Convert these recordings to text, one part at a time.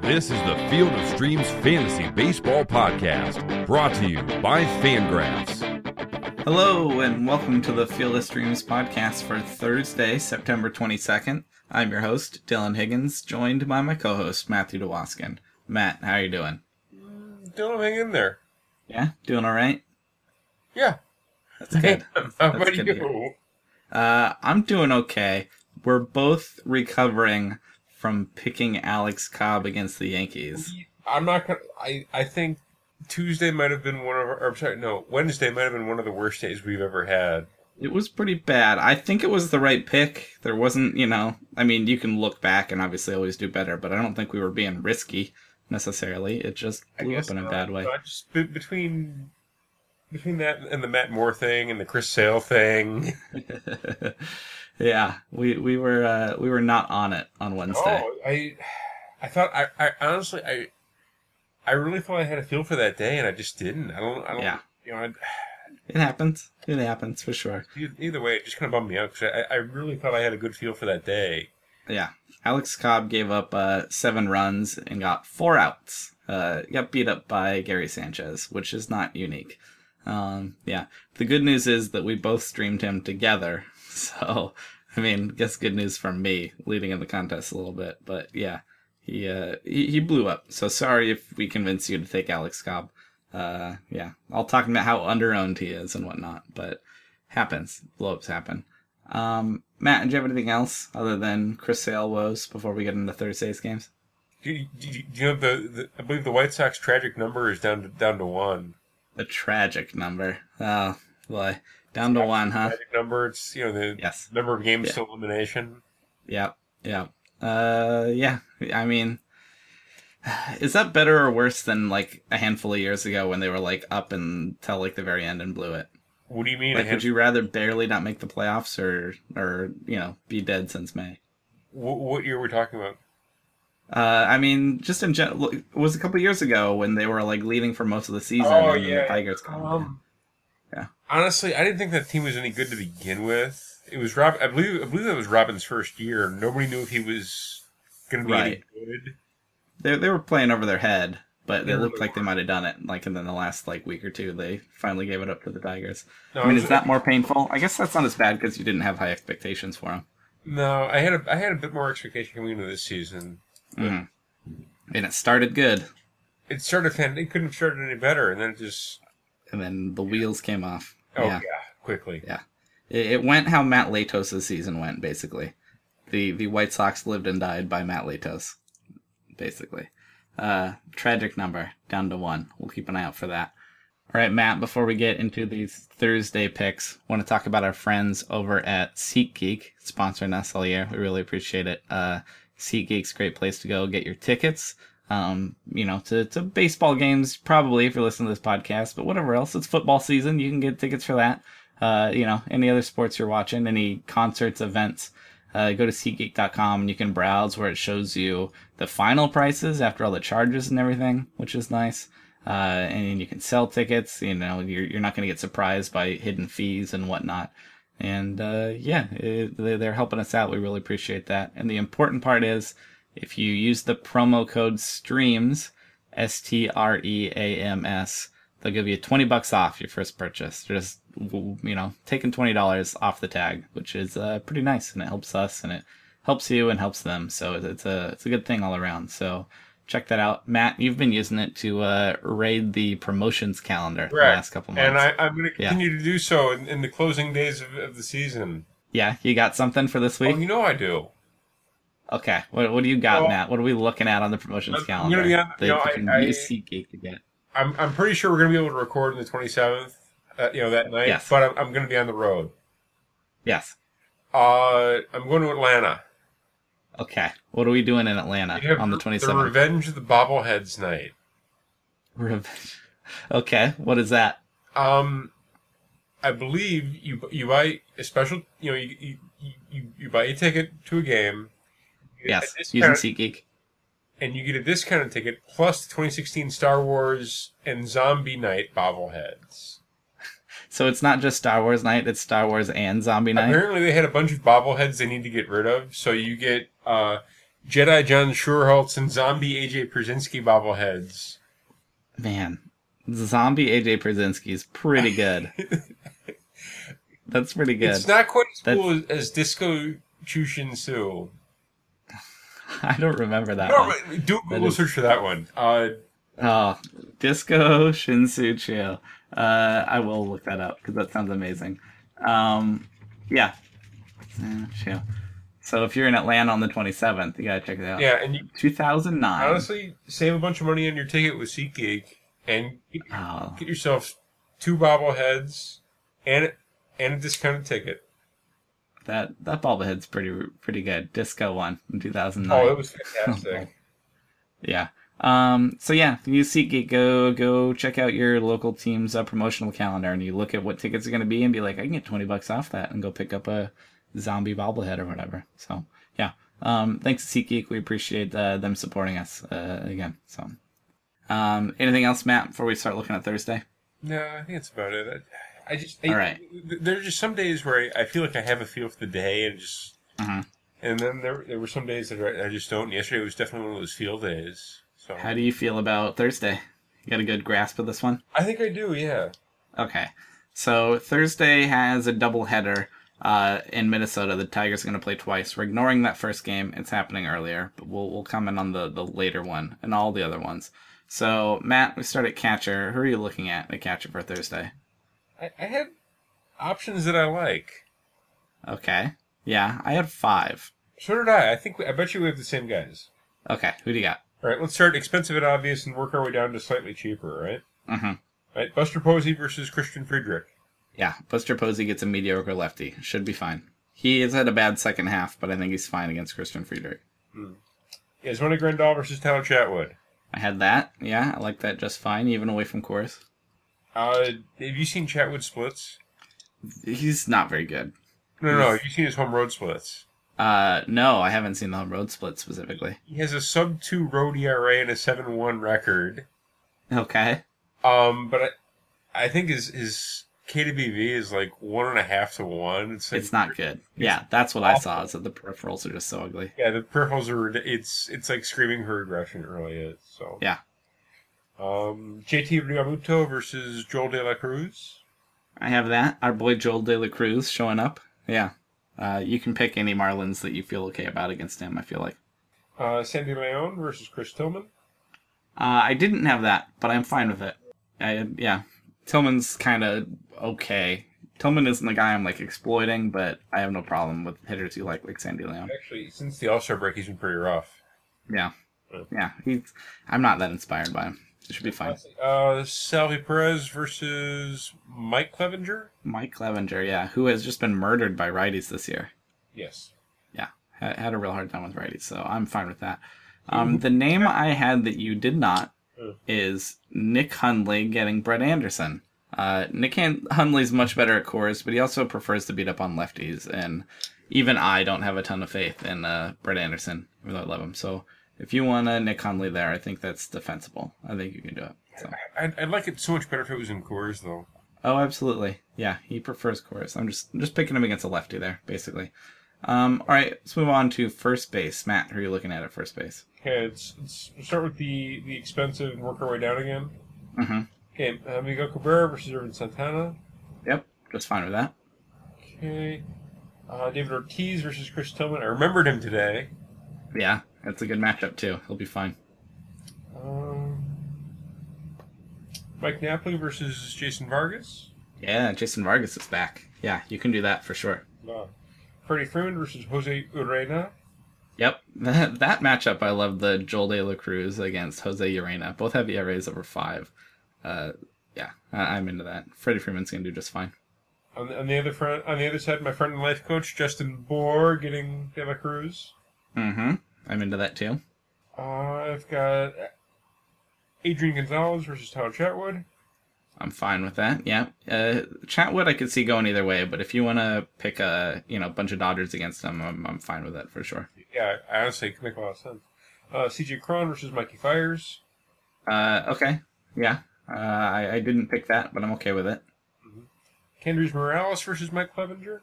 This is the Field of Streams Fantasy Baseball Podcast, brought to you by Fangraphs. Hello, and welcome to the Field of Streams podcast for Thursday, September 22nd. I'm your host, Dylan Higgins, joined by my co host, Matthew DeWaskin. Matt, how are you doing? Don't hang in there. Yeah, doing all right? Yeah. That's good. How That's about good to hear. you? Uh, I'm doing okay. We're both recovering from picking Alex Cobb against the Yankees. I'm not gonna. I I think Tuesday might have been one of our. Or, sorry, no, Wednesday might have been one of the worst days we've ever had. It was pretty bad. I think it was the right pick. There wasn't, you know, I mean, you can look back and obviously always do better, but I don't think we were being risky necessarily. It just I blew up guess in a not, bad way. but just be- between between that and the Matt Moore thing and the Chris Sale thing. yeah, we we were uh, we were not on it on Wednesday. Oh, I I thought I, I honestly I I really thought I had a feel for that day and I just didn't. I don't. I don't. Yeah. You know. I, It happens. It happens for sure. e- either way, it just kind of bummed me out because I I really thought I had a good feel for that day. Yeah, Alex Cobb gave up uh, seven runs and got four outs. Uh, got beat up by Gary Sanchez, which is not unique. Um, yeah, the good news is that we both streamed him together. So, I mean, guess good news from me leading in the contest a little bit. But yeah, he uh, he, he blew up. So sorry if we convinced you to take Alex Cobb. Uh, yeah, all talking about how underowned he is and whatnot, but happens. Blowups happen. Um, Matt, do you have anything else other than Chris Sale woes before we get into Thursday's games? Do you, do you- do you know the, the? I believe the White Sox tragic number is down to down to one. A tragic number. Oh boy, down to one, huh? Tragic number. It's you know the Yes. number of games Yeah. to elimination. Yep. Yep. Uh, yeah. I mean, is that better or worse than like a handful of years ago when they were like up until like the very end and blew it? What do you mean? Like, a would hand- you rather barely not make the playoffs or or you know be dead since May? what, what year we're talking about? Uh, I mean, just in general, it was a couple years ago when they were like leading for most of the season. Oh, and then the Tigers. come in. Um, Yeah. Honestly, I didn't think that team was any good to begin with. It was Rob. I believe. I believe that was Robin's first year. Nobody knew if he was going to be any Right. good. they they were playing over their head, but They it looked really like they might have done it. Like, and then the last like week or two, they finally gave it up to the Tigers. No, I mean, it is was- that more painful? I guess that's not as bad because you didn't have high expectations for them, No, I had a I had a bit more expectation coming into this season. and it started good, It started. fan- It couldn't have started any better, and then it just. and then the wheels came off. Oh yeah, yeah, quickly. It, it went how Matt Latos' season went, basically. The the White Sox lived and died by Matt Latos, basically. Uh, tragic number down to one. We'll keep an eye out for that. All right, Matt, before we get into these Thursday picks, want to talk about our friends over at SeatGeek sponsoring us all year. We really appreciate it. Uh, SeatGeek's a great place to go get your tickets. Um, you know, to, to baseball games, probably if you're listening to this podcast, but whatever else, it's football season. You can get tickets for that. Uh, you know, any other sports you're watching, any concerts, events, uh, go to SeatGeek.com and you can browse where it shows you the final prices after all the charges and everything, which is nice. Uh, and you can sell tickets. You know, you're, you're not going to get surprised by hidden fees and whatnot. And uh, yeah, it, they- they're helping us out. We really appreciate that. And the important part is if you use the promo code STREAMS, S T R E A M S. They'll give you 20 bucks off your first purchase. They're just, w- you know, taking $20 off the tag, which is uh, pretty nice and it helps us and it helps you and helps them. So it's- it's a, it's a good thing all around. So check that out. Matt, you've been using it to uh, raid the promotions calendar the Correct. last couple months. And I, I'm going to Yeah. continue to do so in, in the closing days of, of the season. yeah, you got something for this Oh, week? you know I do. Okay. What, what do you got, Well, Matt? What are we looking at on the promotions I'm- I'm calendar? gonna be hon- that you know, you I- can I- use SeatGeek to get. I'm, I'm pretty sure we're going to be able to record on the 27th, uh, you know, that night. Yes. But I'm, I'm going to be on the road. Yes. Uh, I'm going to Atlanta. Okay. What are we doing in Atlanta We have on the The 27th? Revenge of the Bobbleheads night. Revenge. Okay. What is that? Um, I believe you you buy a special, you know, you, you, you, you buy a ticket to a game. you get a Yes. Using discount- SeatGeek. and you get a discounted ticket plus the 2016 Star Wars and Zombie Night bobbleheads. So it's not just Star Wars night, it's Star Wars and Zombie night. Apparently, they had a bunch of bobbleheads they need to get rid of, so you get uh, Jedi John Schurholtz and zombie AJ Przinski bobbleheads. Man, zombie AJ Przinski is pretty good. That's pretty good. It's not quite as cool as, as Disco Chushin Su. I don't remember Uh-uh. that one. No, do a Google is- search for that one. Uh, Oh, Disco Shinsu Chio. Uh, I will look that up because that sounds amazing. Um, yeah. Uh, Chio. So if you're in Atlanta on the 27th, you gotta check it out. yeah, and you 2009. honestly save a bunch of money on your ticket with SeatGeek and get, Oh, get yourself two bobbleheads and and a discounted ticket. that that bobblehead's pretty pretty good. Disco one in 2009. Oh, it was fantastic. Yeah. Um, so yeah, if you SeatGeek, go go check out your local team's uh, promotional calendar, and you look at what tickets are going to be, and be like, I can get twenty bucks off that, and go pick up a zombie bobblehead or whatever. So yeah, um, thanks to SeatGeek, we appreciate uh, them supporting us uh, again. So, um, anything else, Matt, before we start looking at Thursday? no, I think that's about it. I, I just I, All right. There are just some days where I, I feel like I have a feel for the day and just. Mhm. And then there, there were some days that I I just don't. Yesterday was definitely one of those feel days. So How do you feel about Thursday? You got a good grasp of this one? I think I do. Yeah. Okay. So Thursday has a doubleheader uh, in Minnesota. The Tigers are going to play twice. We're ignoring that first game. It's happening earlier, but we'll, we'll comment on the, the later one and all the other ones. So, Matt, we start at catcher. Who are you looking at at catcher for Thursday? I, I had options that I like. Okay. Yeah, I had five. So did I. I think we, I bet you we have the same guys. Okay, who do you got? All right, let's start expensive and obvious and work our way down to slightly cheaper. All right. hmm All right. Buster Posey versus Christian Friedrich. Yeah, Buster Posey gets a mediocre lefty. Should be fine. He has had a bad second half, but I think he's fine against Christian Friedrich. Yasmani Grandal versus Tyler Chatwood. I had that. Yeah, I like that just fine, even away from course. Uh, have you seen Chatwood splits? He's not very good. No, no, no. Have you seen his home road splits? Uh, no, I haven't seen the road split specifically. He has a sub two road ERA and a seven one record. Okay. Um, but I, I think his his KWBV is like one and a half to one. It's like, It's not good. Yeah, that's what I saw, is that the peripherals are just so ugly. Yeah, the peripherals are. rid- It's it's like screaming for regression. It really is. So Yeah. Um, JT Realmuto versus Joel De La Cruz. I have that. Our boy Joel De La Cruz showing up. Yeah. Uh, you can pick any Marlins that you feel okay about against him, I feel like. Uh, Sandy Leon versus Chris Tillman. Uh, I didn't have that, but I'm fine with it. I, yeah. Tillman's kind of okay. Tillman isn't the guy I'm like exploiting, but I have no problem with hitters you like, like Sandy Leon. Actually, since the All Star break, he's been pretty rough. Yeah. Mm. Yeah. He's, I'm not that inspired by him. It should be fine. Uh, Salvi Perez versus Mike Clevenger. Mike Clevenger, yeah, who has just been murdered by righties this year. Yes. Had, had a real hard time with righties, so I'm fine with that. Um, the name I had that you did not Mm. is Nick Hundley getting Brett Anderson. Uh, Nick Han- Hundley's much better at cores, but he also prefers to beat up on lefties, and even I don't have a ton of faith in uh, Brett Anderson, even though I love him. So if you want a Nick Hundley there, I think that's defensible. I think you can do it. So. I'd, I'd like it so much better if it was in Coors though. Oh, absolutely. Yeah, he prefers chorus. I'm just I'm just picking him against a lefty there, basically. Um, all right, let's move on to first base. Matt, who are you looking at at first base? Okay, let's, let's start with the the expensive and work our way down again. Mm-hmm. Okay, uh, Miguel Cabrera versus Irvin Santana. Yep, just fine with that. Okay. Uh, David Ortiz versus Chris Tillman. I remembered him today. Yeah, that's a good matchup too. He'll be fine. Um, Mike Napoli versus Jason Vargas. Yeah, Jason Vargas is back. Yeah, you can do that for sure. No. Freddie Freeman versus Jose Urena. Yep, that, that matchup I love the Joel De La Cruz against Jose Urena. Both have ERAs over five. Uh, yeah, I, I'm into that. Freddie Freeman's gonna do just fine. On the, on the other front, on the other side, my friend and life coach Justin Bohr getting De La Cruz. Mm-hmm. I'm into that too. Uh, I've got uh, Adrian Gonzalez versus Tyler Chatwood. I'm fine with that. Yeah, uh, Chatwood I could see going either way, but if you want to pick a you know bunch of Dodgers against them, I'm, I'm fine with that for sure. Yeah, I honestly it could make a lot of sense. Uh, CJ Cron versus Mikey Fires. Uh, okay, yeah, uh, I, I didn't pick that, but I'm okay with it. Kendrys Morales versus Mike Clevenger.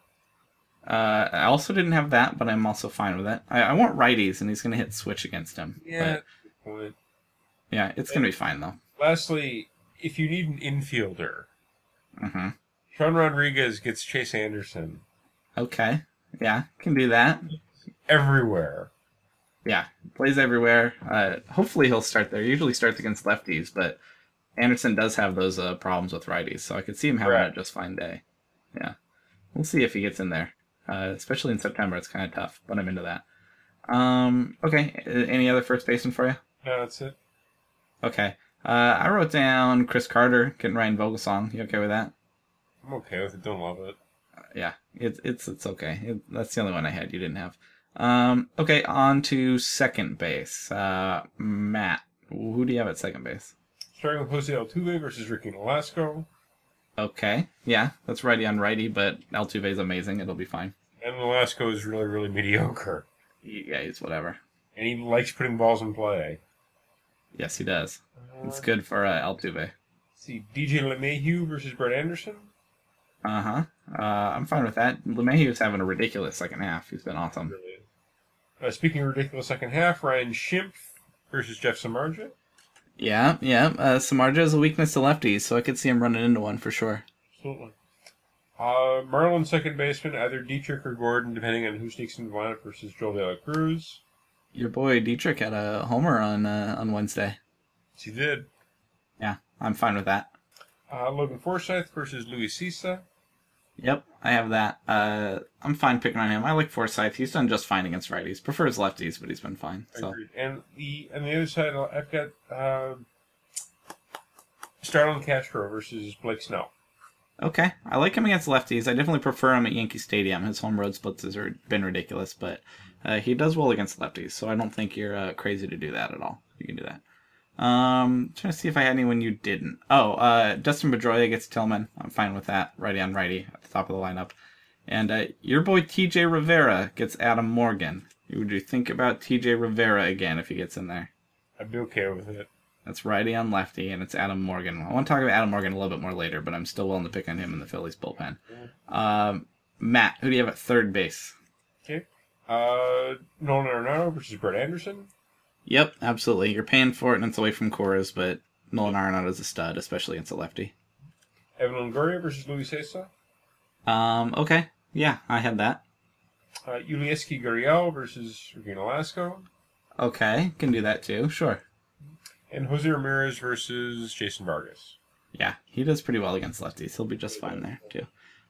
Uh, I also didn't have that, but I'm also fine with it. I, I want righties, and he's going to hit switch against him. Yeah. But, yeah, it's going to be fine, though. Lastly, if you need an infielder, hmm Sean Rodriguez gets Chase Anderson Okay. Yeah, can do that. everywhere. Yeah, plays everywhere. Uh, hopefully he'll start there. He usually starts against lefties, but Anderson does have those uh, problems with righties, so I could see him having Correct. a just fine day. Yeah, we'll see if he gets in there. Uh, especially in September, it's kind of tough, but I'm into that. Um, okay, a- any other first baseman for you? No, that's it. Okay, uh, I wrote down Chris Carter getting Ryan Vogelsong. You okay with that? I'm okay with it. Don't love it. yeah, it's it's it's okay. It, that's the only one I had. You didn't have. Um, okay, on to second base. Uh, Matt, who do you have at second base? Starting with Jose Altuve versus Ricky Nolasco. Okay, yeah, that's righty on righty, but Altuve's amazing. It'll be fine. And Nolasco is really, really mediocre. Yeah, it's whatever. And he likes putting balls in play. Yes, he does. It's Uh, good for uh, Altuve. let's see, DJ LeMahieu versus Brett Anderson. Uh huh. Uh, I'm fine with that. LeMahieu's having a ridiculous second half. He's been awesome. Really. Uh, speaking of ridiculous second half, Ryan Schimpf versus Jeff Samarja. Yeah, yeah. Uh, Samardzija has a weakness to lefties, so I could see him running into one for sure. Absolutely. Uh, Marlins second baseman, either Dietrich or Gordon, depending on who sneaks in the lineup versus Joel De La Cruz. Your boy Dietrich had a homer on uh, on Wednesday. Yes, he did. Yeah, I'm fine with that. Uh, Logan Forsythe versus Luis Sisa. Yep, I have that. Uh, I'm fine picking on him. I like Forsyth. He's done just fine against righties. Prefers lefties, but he's been fine. So Agreed. And the on the other side, I've got uh, Starlin Castro versus Blake Snell. okay, I like him against lefties. I definitely prefer him at Yankee Stadium. His home road splits has are- been ridiculous, but uh, he does well against lefties. So I don't think you're uh, crazy to do that at all. You can do that. Um, trying to see if I had anyone you didn't. Oh, uh, Dustin Pedroia gets Tillman. I'm fine with that. Righty on righty at the top of the lineup. And uh, your boy TJ Rivera gets Adam Morgan. Would you think about TJ Rivera again if he gets in there? I'd be okay with it. That's righty on lefty, and it's Adam Morgan. I want to talk about Adam Morgan a little bit more later, but I'm still willing to pick on him in the Phillies bullpen. Um, Matt, who do you have at third base? Okay. Uh, Nolan Arenado versus Brett Anderson. Yep, absolutely. You're paying for it, and it's away from Cora's, but Nolan Arenado is a stud, especially against a lefty. Evan Longoria versus Luis Sisa. Um, okay. Yeah, I had that. Uh, Ulieski Gurriel versus Ricky Nolasco. Okay, can do that too. Sure. And Jose Ramirez versus Jason Vargas. Yeah, he does pretty well against lefties. He'll be just fine there too.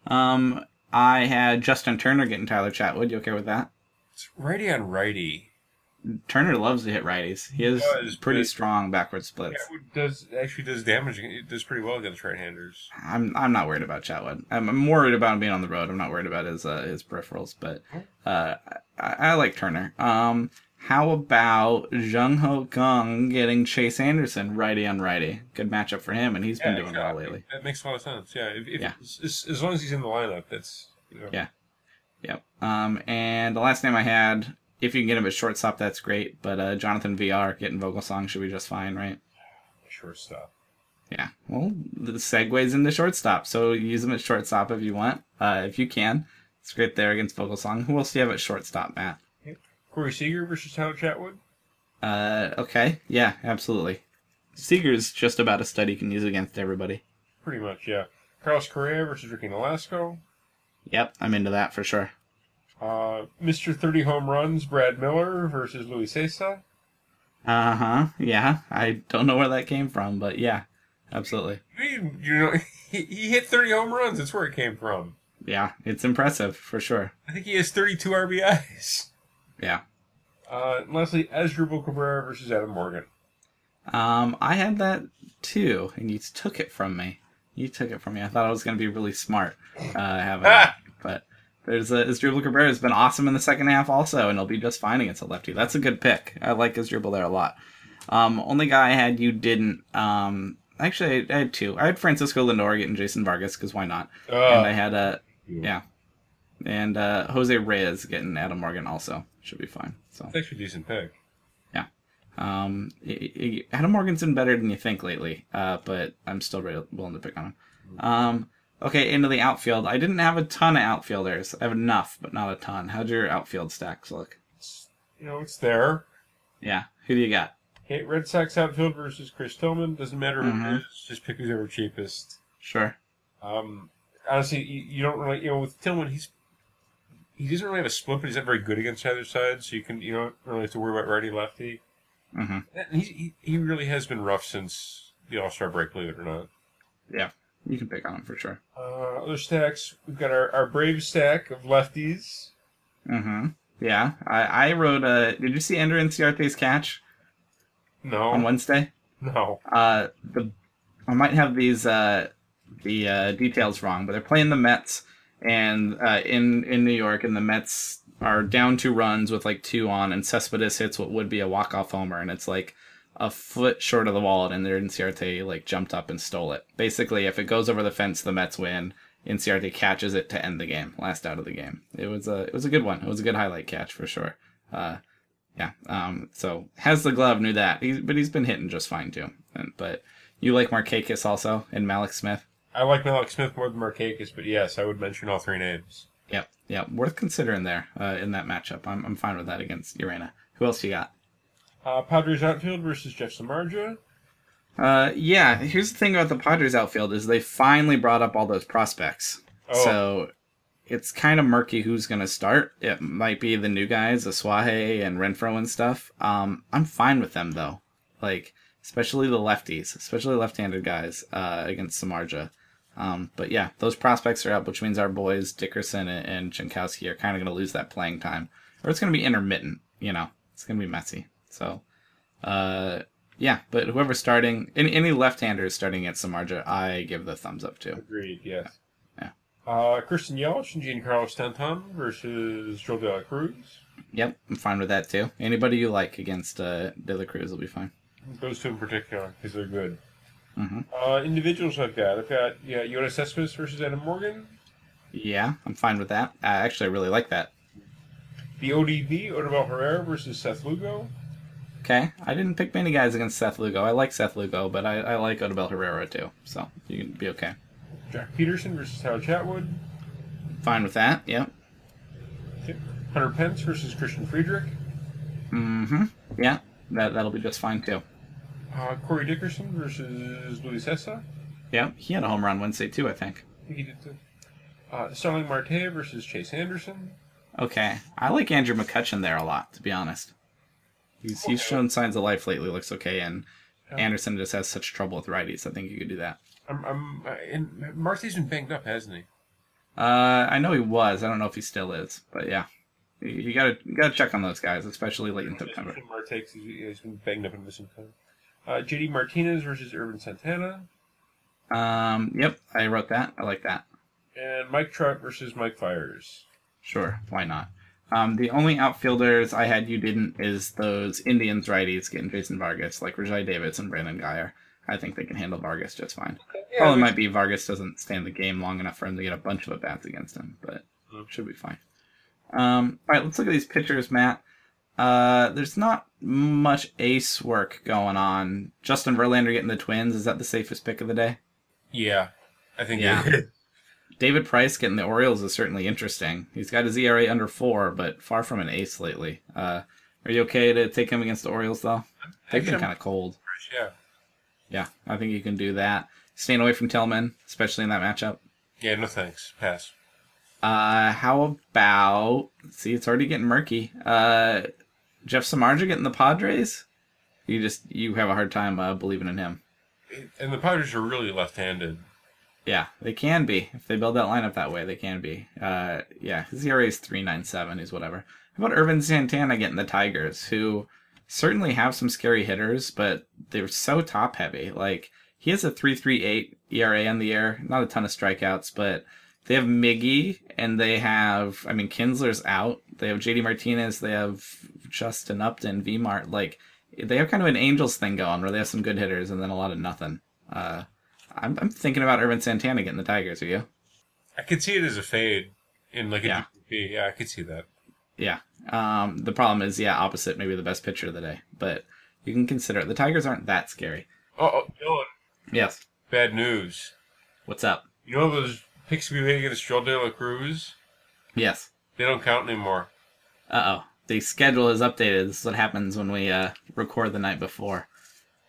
Um, I had Justin Turner getting Tyler Chatwood. You okay with that? It's righty on righty. Turner loves to hit righties. He is does, pretty but- strong backward splits. Chatwood does actually does damage. It does pretty well against right-handers. I'm I'm not worried about Chatwood. I'm, I'm worried about him being on the road. I'm not worried about his uh, his peripherals, but uh, I, I like Turner. Um, how about Jung Ho Kung getting Chase Anderson righty on righty? Good matchup for him, and he's been doing yeah, well lately. That makes a lot of sense. Yeah, if, if, Yeah. As, as long as he's in the lineup, that's you know, Yeah. Yep. Um, and the last name I had, if you can get him at shortstop, that's great. But uh, Jonathan VR getting Vogelsong should be just fine, right? shortstop. Yeah. Well, the segues into shortstop. So use them at shortstop if you want, uh, if you can. It's great there against Vogelsong. Who else do you have at shortstop, Matt? Corey Seager versus Tyler Chatwood. Uh, okay. Yeah, absolutely. Seager's just about a stud you can use against everybody. Pretty much, yeah. Carlos Correa versus Ricky Nolasco. Yep, I'm into that for sure. Uh, Mr. 30 Home Runs, Brad Miller versus Luis Sessa. Uh huh. Yeah, I don't know where that came from, but yeah, absolutely. You, you know, he, he hit 30 home runs. That's where it came from. Yeah, it's impressive for sure. I think he has 32 RBIs. Yeah. Uh, and lastly, Ezra Cabrera versus Adam Morgan. Um, I had that too, and you took it from me. You took it from me. I thought I was going to be really smart. Uh, I haven't, Ah! but there's a Isdrubal Cabrera has been awesome in the second half also, and he'll be just fine against a lefty. That's a good pick. I like Isdrubal there a lot. Um, only guy I had you didn't. Um, actually, I, I had two. I had Francisco Lindor getting Jason Vargas because why not? Uh, and I had a yeah, and uh, Jose Reyes getting Adam Morgan also should be fine. So That's actually a decent pick. um, y- y- Adam Morgan's been better than you think lately, uh, but I'm still real willing to pick on him. Um, Okay, into the outfield. I didn't have a ton of outfielders. I have enough, but not a ton. How'd your outfield stacks look? You know, it's there. Yeah. Who do you got? Hit Red Sox outfield versus Chris Tillman. Doesn't matter who it Mhm. is, Just pick who's ever cheapest. Sure. Um, honestly, you, you don't really, you know, with Tillman, he's he doesn't really have a split, but he's not very good against either side, so you can you don't really have to worry about righty lefty. hmm And he, he he really has been rough since the All Star break, believe it or not. You can pick on him for sure. Uh, other stacks, we've got our our Brave stack of lefties. hmm Yeah. I, I wrote a. Did you see Ender Inciarte's catch on No, Wednesday? no. Uh, the I might have these uh, the uh, details wrong, but they're playing the Mets and uh, in in New York, and the Mets are down two runs with like two on, and Cespedes hits what would be a walk off homer, and it's like a foot short of the wall, and then Inciarte like jumped up and stole it. Basically, if it goes over the fence, the Mets win. Inciarte catches it to end the game, last out of the game. It was a it was a good one. It was a good highlight catch for sure. Uh, yeah. Um, so has the glove, knew that. He's, but he's been hitting just fine too. And, but you like Markakis also and Malik Smith. I like Malik Smith more than Markakis, but yes, I would mention all three names. Yep. Yep. Worth considering there uh, in that matchup. I'm, I'm fine with that against Urena. Who else you got? Uh, Padres outfield versus Jeff Samarja. Uh, yeah. Here's the thing about the Padres outfield is they finally brought up all those prospects. Oh, So it's kind of murky who's going to start. It might be the new guys, Aswahe and Renfro and stuff. Um, I'm fine with them though. Like especially the lefties, especially left-handed guys uh, against Samarja. Um, but yeah, those prospects are up, which means our boys Dickerson and, and Jankowski are kind of going to lose that playing time, or it's going to be intermittent. You know, it's going to be messy. So, uh, yeah. But whoever's starting, any, any left-handers starting at Samarja, I give the thumbs up to. agreed. Yes. Yeah. Uh, Kristen Yelich and Giancarlo Stanton versus Joe De La Cruz. Yep, I'm fine with that too. Anybody you like against uh, De La Cruz will be fine. Those two in particular, because they're good. Mhm. Uh, individuals I've got. I've got yeah, Jonas Cespedes versus Adam Morgan. Yeah, I'm fine with that. Uh, actually, I really like that. The ODB, Odubel Herrera versus Seth Lugo. Okay, I didn't pick many guys against Seth Lugo. I like Seth Lugo, but I, I like Odubel Herrera too, so you can be okay. Jack Peterson versus Howard Chatwood. Fine with that. Yep. Hunter Pence versus Christian Friedrich. Mm-hmm. Yeah, that that'll be just fine too. Uh, Corey Dickerson versus Luis Hessa. Yeah, he had a home run Wednesday too, I think. I think he did too. Uh, Starling Marte versus Chase Anderson. Okay, I like Andrew McCutcheon there a lot, to be honest. He's he's Okay. shown signs of life lately. Looks okay, and Yeah. Anderson just has such trouble with righties. I think you could do that. I'm, I'm, uh, and Marte's been banged up, hasn't he? Uh, I know he was. I don't know if he still is, but yeah, you, you gotta you gotta check on those guys, especially late in September. Christian Marte, 'cause he- he's been banged up and missing time. Uh, JD Martinez versus Irvin Santana. Um, yep, I wrote that. I like that. And Mike Trout versus Mike Fires. Sure, why not? Um, the only outfielders I had you didn't is those Indians righties getting Jason Vargas, like Rajai Davis and Brandon Geyer. I think they can handle Vargas just fine. Probably might be Vargas doesn't stay in the game long enough for him to get a bunch of at bats against him, but Mm. should be fine. Um, all right, let's look at these pitchers, Matt. Uh, there's not much ace work going on. Justin Verlander getting the Twins is that the safest pick of the day? Yeah, I think. Yeah. it is. David Price getting the Orioles is certainly interesting. He's got his ERA under four, but far from an ace lately. Uh, are you okay to take him against the Orioles though? They've been Actually, kind of cold. I'm- Yeah, Yeah, I think you can do that. Staying away from Tillman, especially in that matchup. yeah. No thanks. Pass. Uh, how about see? It's already getting murky. Uh, Jeff Samardzija getting the Padres. You just you have a hard time uh, believing in him. And the Padres are really left-handed. Yeah, they can be if they build that lineup that way. They can be. Uh, yeah, his ERA is three nine seven. He's whatever. How about Irvin Santana getting the Tigers, who certainly have some scary hitters, but they're so top heavy. Like he has a three three eight ERA on the year. Not a ton of strikeouts, but they have Miggy and they have. I mean, Kinsler's out. They have JD Martinez. They have Justin Upton, V Mart. Like they have kind of an Angels thing going where they have some good hitters and then a lot of nothing. Uh, I'm, I'm thinking about Irvin Santana getting the Tigers. Are you? I could see it as a fade in like a Yeah. DP. Yeah, I could see that. Yeah. Um, the problem is, yeah, opposite maybe the best pitcher of the day, but you can consider it. The Tigers aren't that scary. Oh, oh Dylan, Yes. bad news. What's up? You know those picks we made against Joel De La Cruz, Yes. they don't count anymore. Uh oh. The schedule is updated. This is what happens when we uh, record the night before.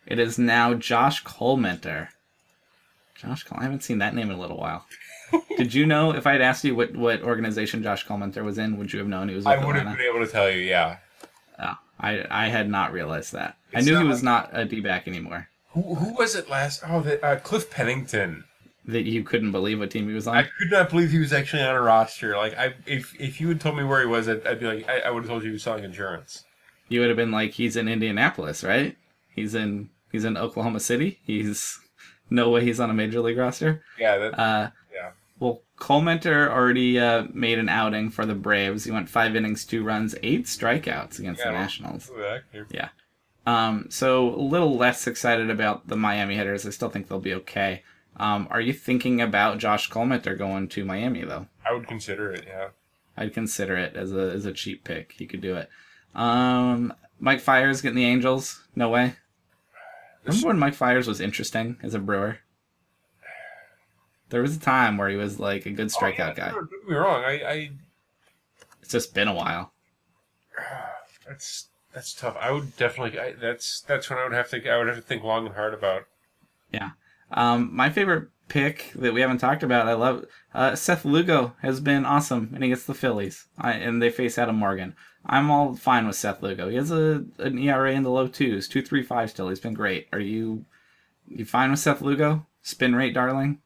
It is now Josh Colementer. Josh Col- I haven't seen that name in a little while. Did you know if I had asked you what, what organization Josh Colementer was in, would you have known he was with I would have Atlanta? been able to tell you, yeah. Oh, I, I had not realized that. It's I knew not he was not a D back anymore. Who, who was it last? Oh, the, uh, Cliff Pennington. That you couldn't believe what team he was on. I could not believe he was actually on a roster. Like, I if if you had told me where he was, I'd, I'd be like, I, I would have told you he was selling insurance. you would have been like, he's in Indianapolis, right? He's in he's in Oklahoma City. He's no way he's on a major league roster. Yeah, that, Uh, yeah. well, Colementer already uh, made an outing for the Braves. He went five innings, two runs, eight strikeouts against Yeah, the well- Nationals. Look at that. Um, so a little less excited about the Miami hitters. I still think they'll be okay. Um, are you thinking about Josh Colementer going to Miami though? I would consider it. Yeah. I'd consider it as a as a cheap pick. He could do it. Um, Mike Fires getting the Angels? No way. Remember when Mike Fires was interesting as a Brewer? There was a time where he was like a good Oh, yeah, strikeout guy. no, Don't get me wrong. I, I It's just been a while. that's that's tough. I would definitely. I, that's that's when I would have to. I would have to think long and hard about. Um, my favorite pick that we haven't talked about, I love uh, Seth Lugo has been awesome, and he gets the Phillies, I, and they face Adam Morgan. I'm all fine with Seth Lugo. He has a an ERA in the low twos, two three five still. He's been great. Are you you fine with Seth Lugo? Spin rate, darling.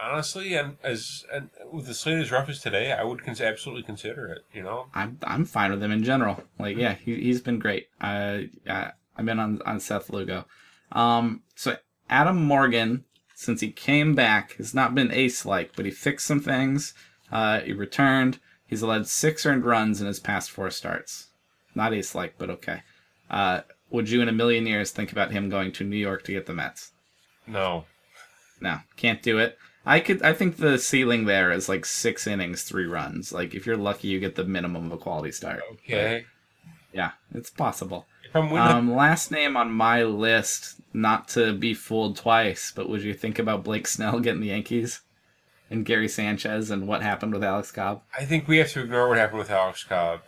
Honestly, and as and with the slate as rough as today, I would cons- absolutely consider it. You know, I'm I'm fine with him in general. Like, yeah, he he's been great. Uh, I I've been on on Seth Lugo. Um, so Adam Morgan, since he came back, has not been ace like, but he fixed some things. Uh, he returned. He's allowed six earned runs in his past four starts. Not ace like, but okay. Uh, would you in a million years think about him going to New York to get the Mets? no. No, can't do it. I could. I think the ceiling there is like six innings, three runs. Like if you're lucky, you get the minimum of a quality start. Okay. Yeah, it's possible. If I'm winning, Um, last name on my list, not to be fooled twice, but would you think about Blake Snell getting the Yankees and Gary Sanchez and what happened with Alex Cobb? I think we have to ignore what happened with Alex Cobb.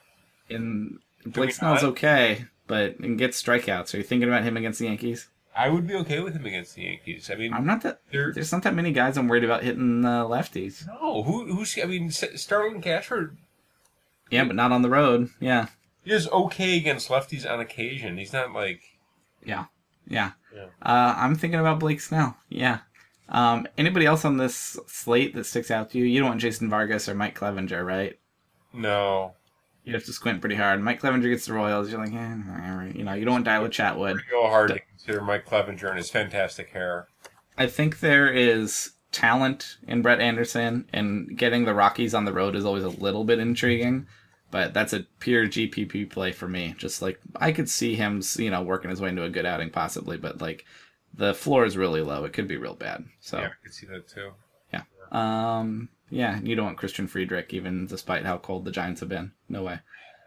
And we Blake Snell's not? okay, but and gets strikeouts. Are you thinking about him against the Yankees? I would be okay with him against the Yankees. I mean, I'm not that. They're- There's not that many guys I'm worried about hitting uh, lefties. no. Who, who's? I mean, S- Starling Cashford Yeah, but not on the road. Yeah. is okay against lefties on occasion. He's not like Yeah. Yeah. Yeah. Uh, I'm thinking about Blake Snell. Yeah. Um, anybody else on this slate that sticks out to you? You don't want Jason Vargas or Mike Clevenger, right? no. You have to squint pretty hard. Mike Clevenger gets the Royals. You're like, eh, whatever. you know, you don't want to die with Chatwood. Go hard to consider Mike Clevenger and his fantastic hair. I think there is talent in Brett Anderson, and getting the Rockies on the road is always a little bit intriguing. But that's a pure GPP play for me. Just like I could see him, you know, working his way into a good outing possibly, but like the floor is really low. It could be real bad. So Yeah, I could see that too. Um, yeah, you don't want Christian Friedrich, even despite how cold the Giants have been. No way.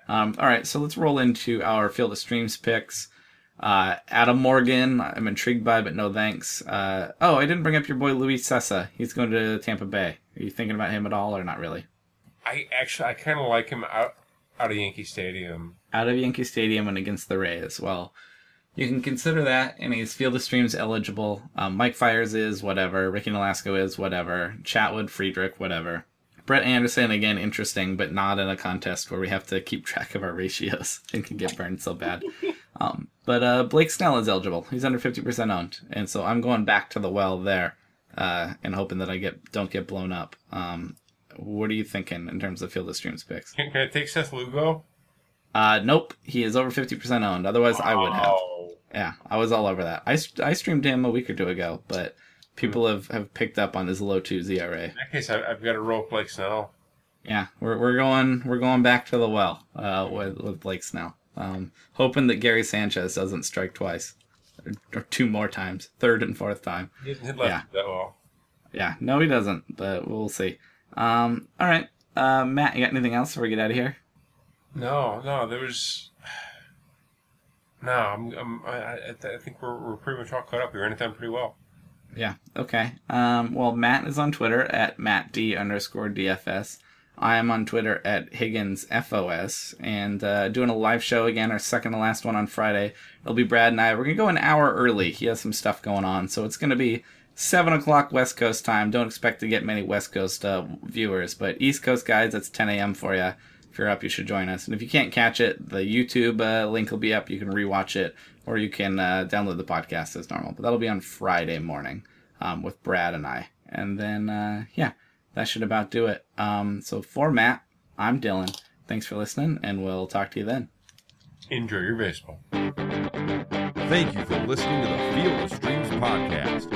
Um, all right, so let's roll into our Field of Streams picks. Uh, Adam Morgan, I'm intrigued by, but no thanks. Uh, oh, I didn't bring up your boy Luis Sessa. He's going to Tampa Bay. Are you thinking about him at all, or not really? I actually, I kind of like him out out of Yankee Stadium. out of Yankee Stadium and against the Rays. Well, you can consider that, and he's Field of Streams eligible. Um, Mike Fires is whatever. Ricky Nolasco is whatever. Chatwood, Friedrich, whatever. Brett Anderson again, interesting, but not in a contest where we have to keep track of our ratios and can get burned so bad. Um, but uh, Blake Snell is eligible. He's under fifty percent owned, and so I'm going back to the well there, uh, and hoping that I get don't get blown up. Um, what are you thinking in terms of Field of Streams picks? Can, can I take Seth Lugo? Uh, nope, he is over 50% owned. Otherwise, I would have. Oh, Yeah, I was all over that. I, st- I streamed him a week or two ago, but people have, have picked up on his low two ZRA. in that case, I, I've got to roll Blake Snell. Yeah, we're, we're going we're going back to the well uh, with, with Blake Snell. Um, hoping that Gary Sanchez doesn't strike twice or, or two more times, third and fourth time. He didn't hit left that well. Yeah, no, he doesn't, but we'll see. Um, all right, uh, Matt, you got anything else before we get out of here? No, no, there was. No, I'm, I'm, I, I I think we're, we're pretty much all caught up. We ran it down pretty well. Yeah. Okay. Um, well, Matt is on Twitter at mattd underscore dfs. I am on Twitter at Higgins FOS and uh, doing a live show again, our second to last one on Friday. It'll be Brad and I. We're gonna go an hour early. He has some stuff going on, so it's gonna be seven o'clock West Coast time. Don't expect to get many West Coast uh, viewers, but East Coast guys, that's 10 a.m. for you. If you're up, you should join us. And if you can't catch it, the YouTube uh, link will be up. You can rewatch it, or you can uh, download the podcast as normal. But that'll be on Friday morning um, with Brad and I. And then, uh, yeah, that should about do it. Um, so for Matt, I'm Dylan. Thanks for listening, and we'll talk to you then. Enjoy your baseball. Thank you for listening to the Field of Streams podcast.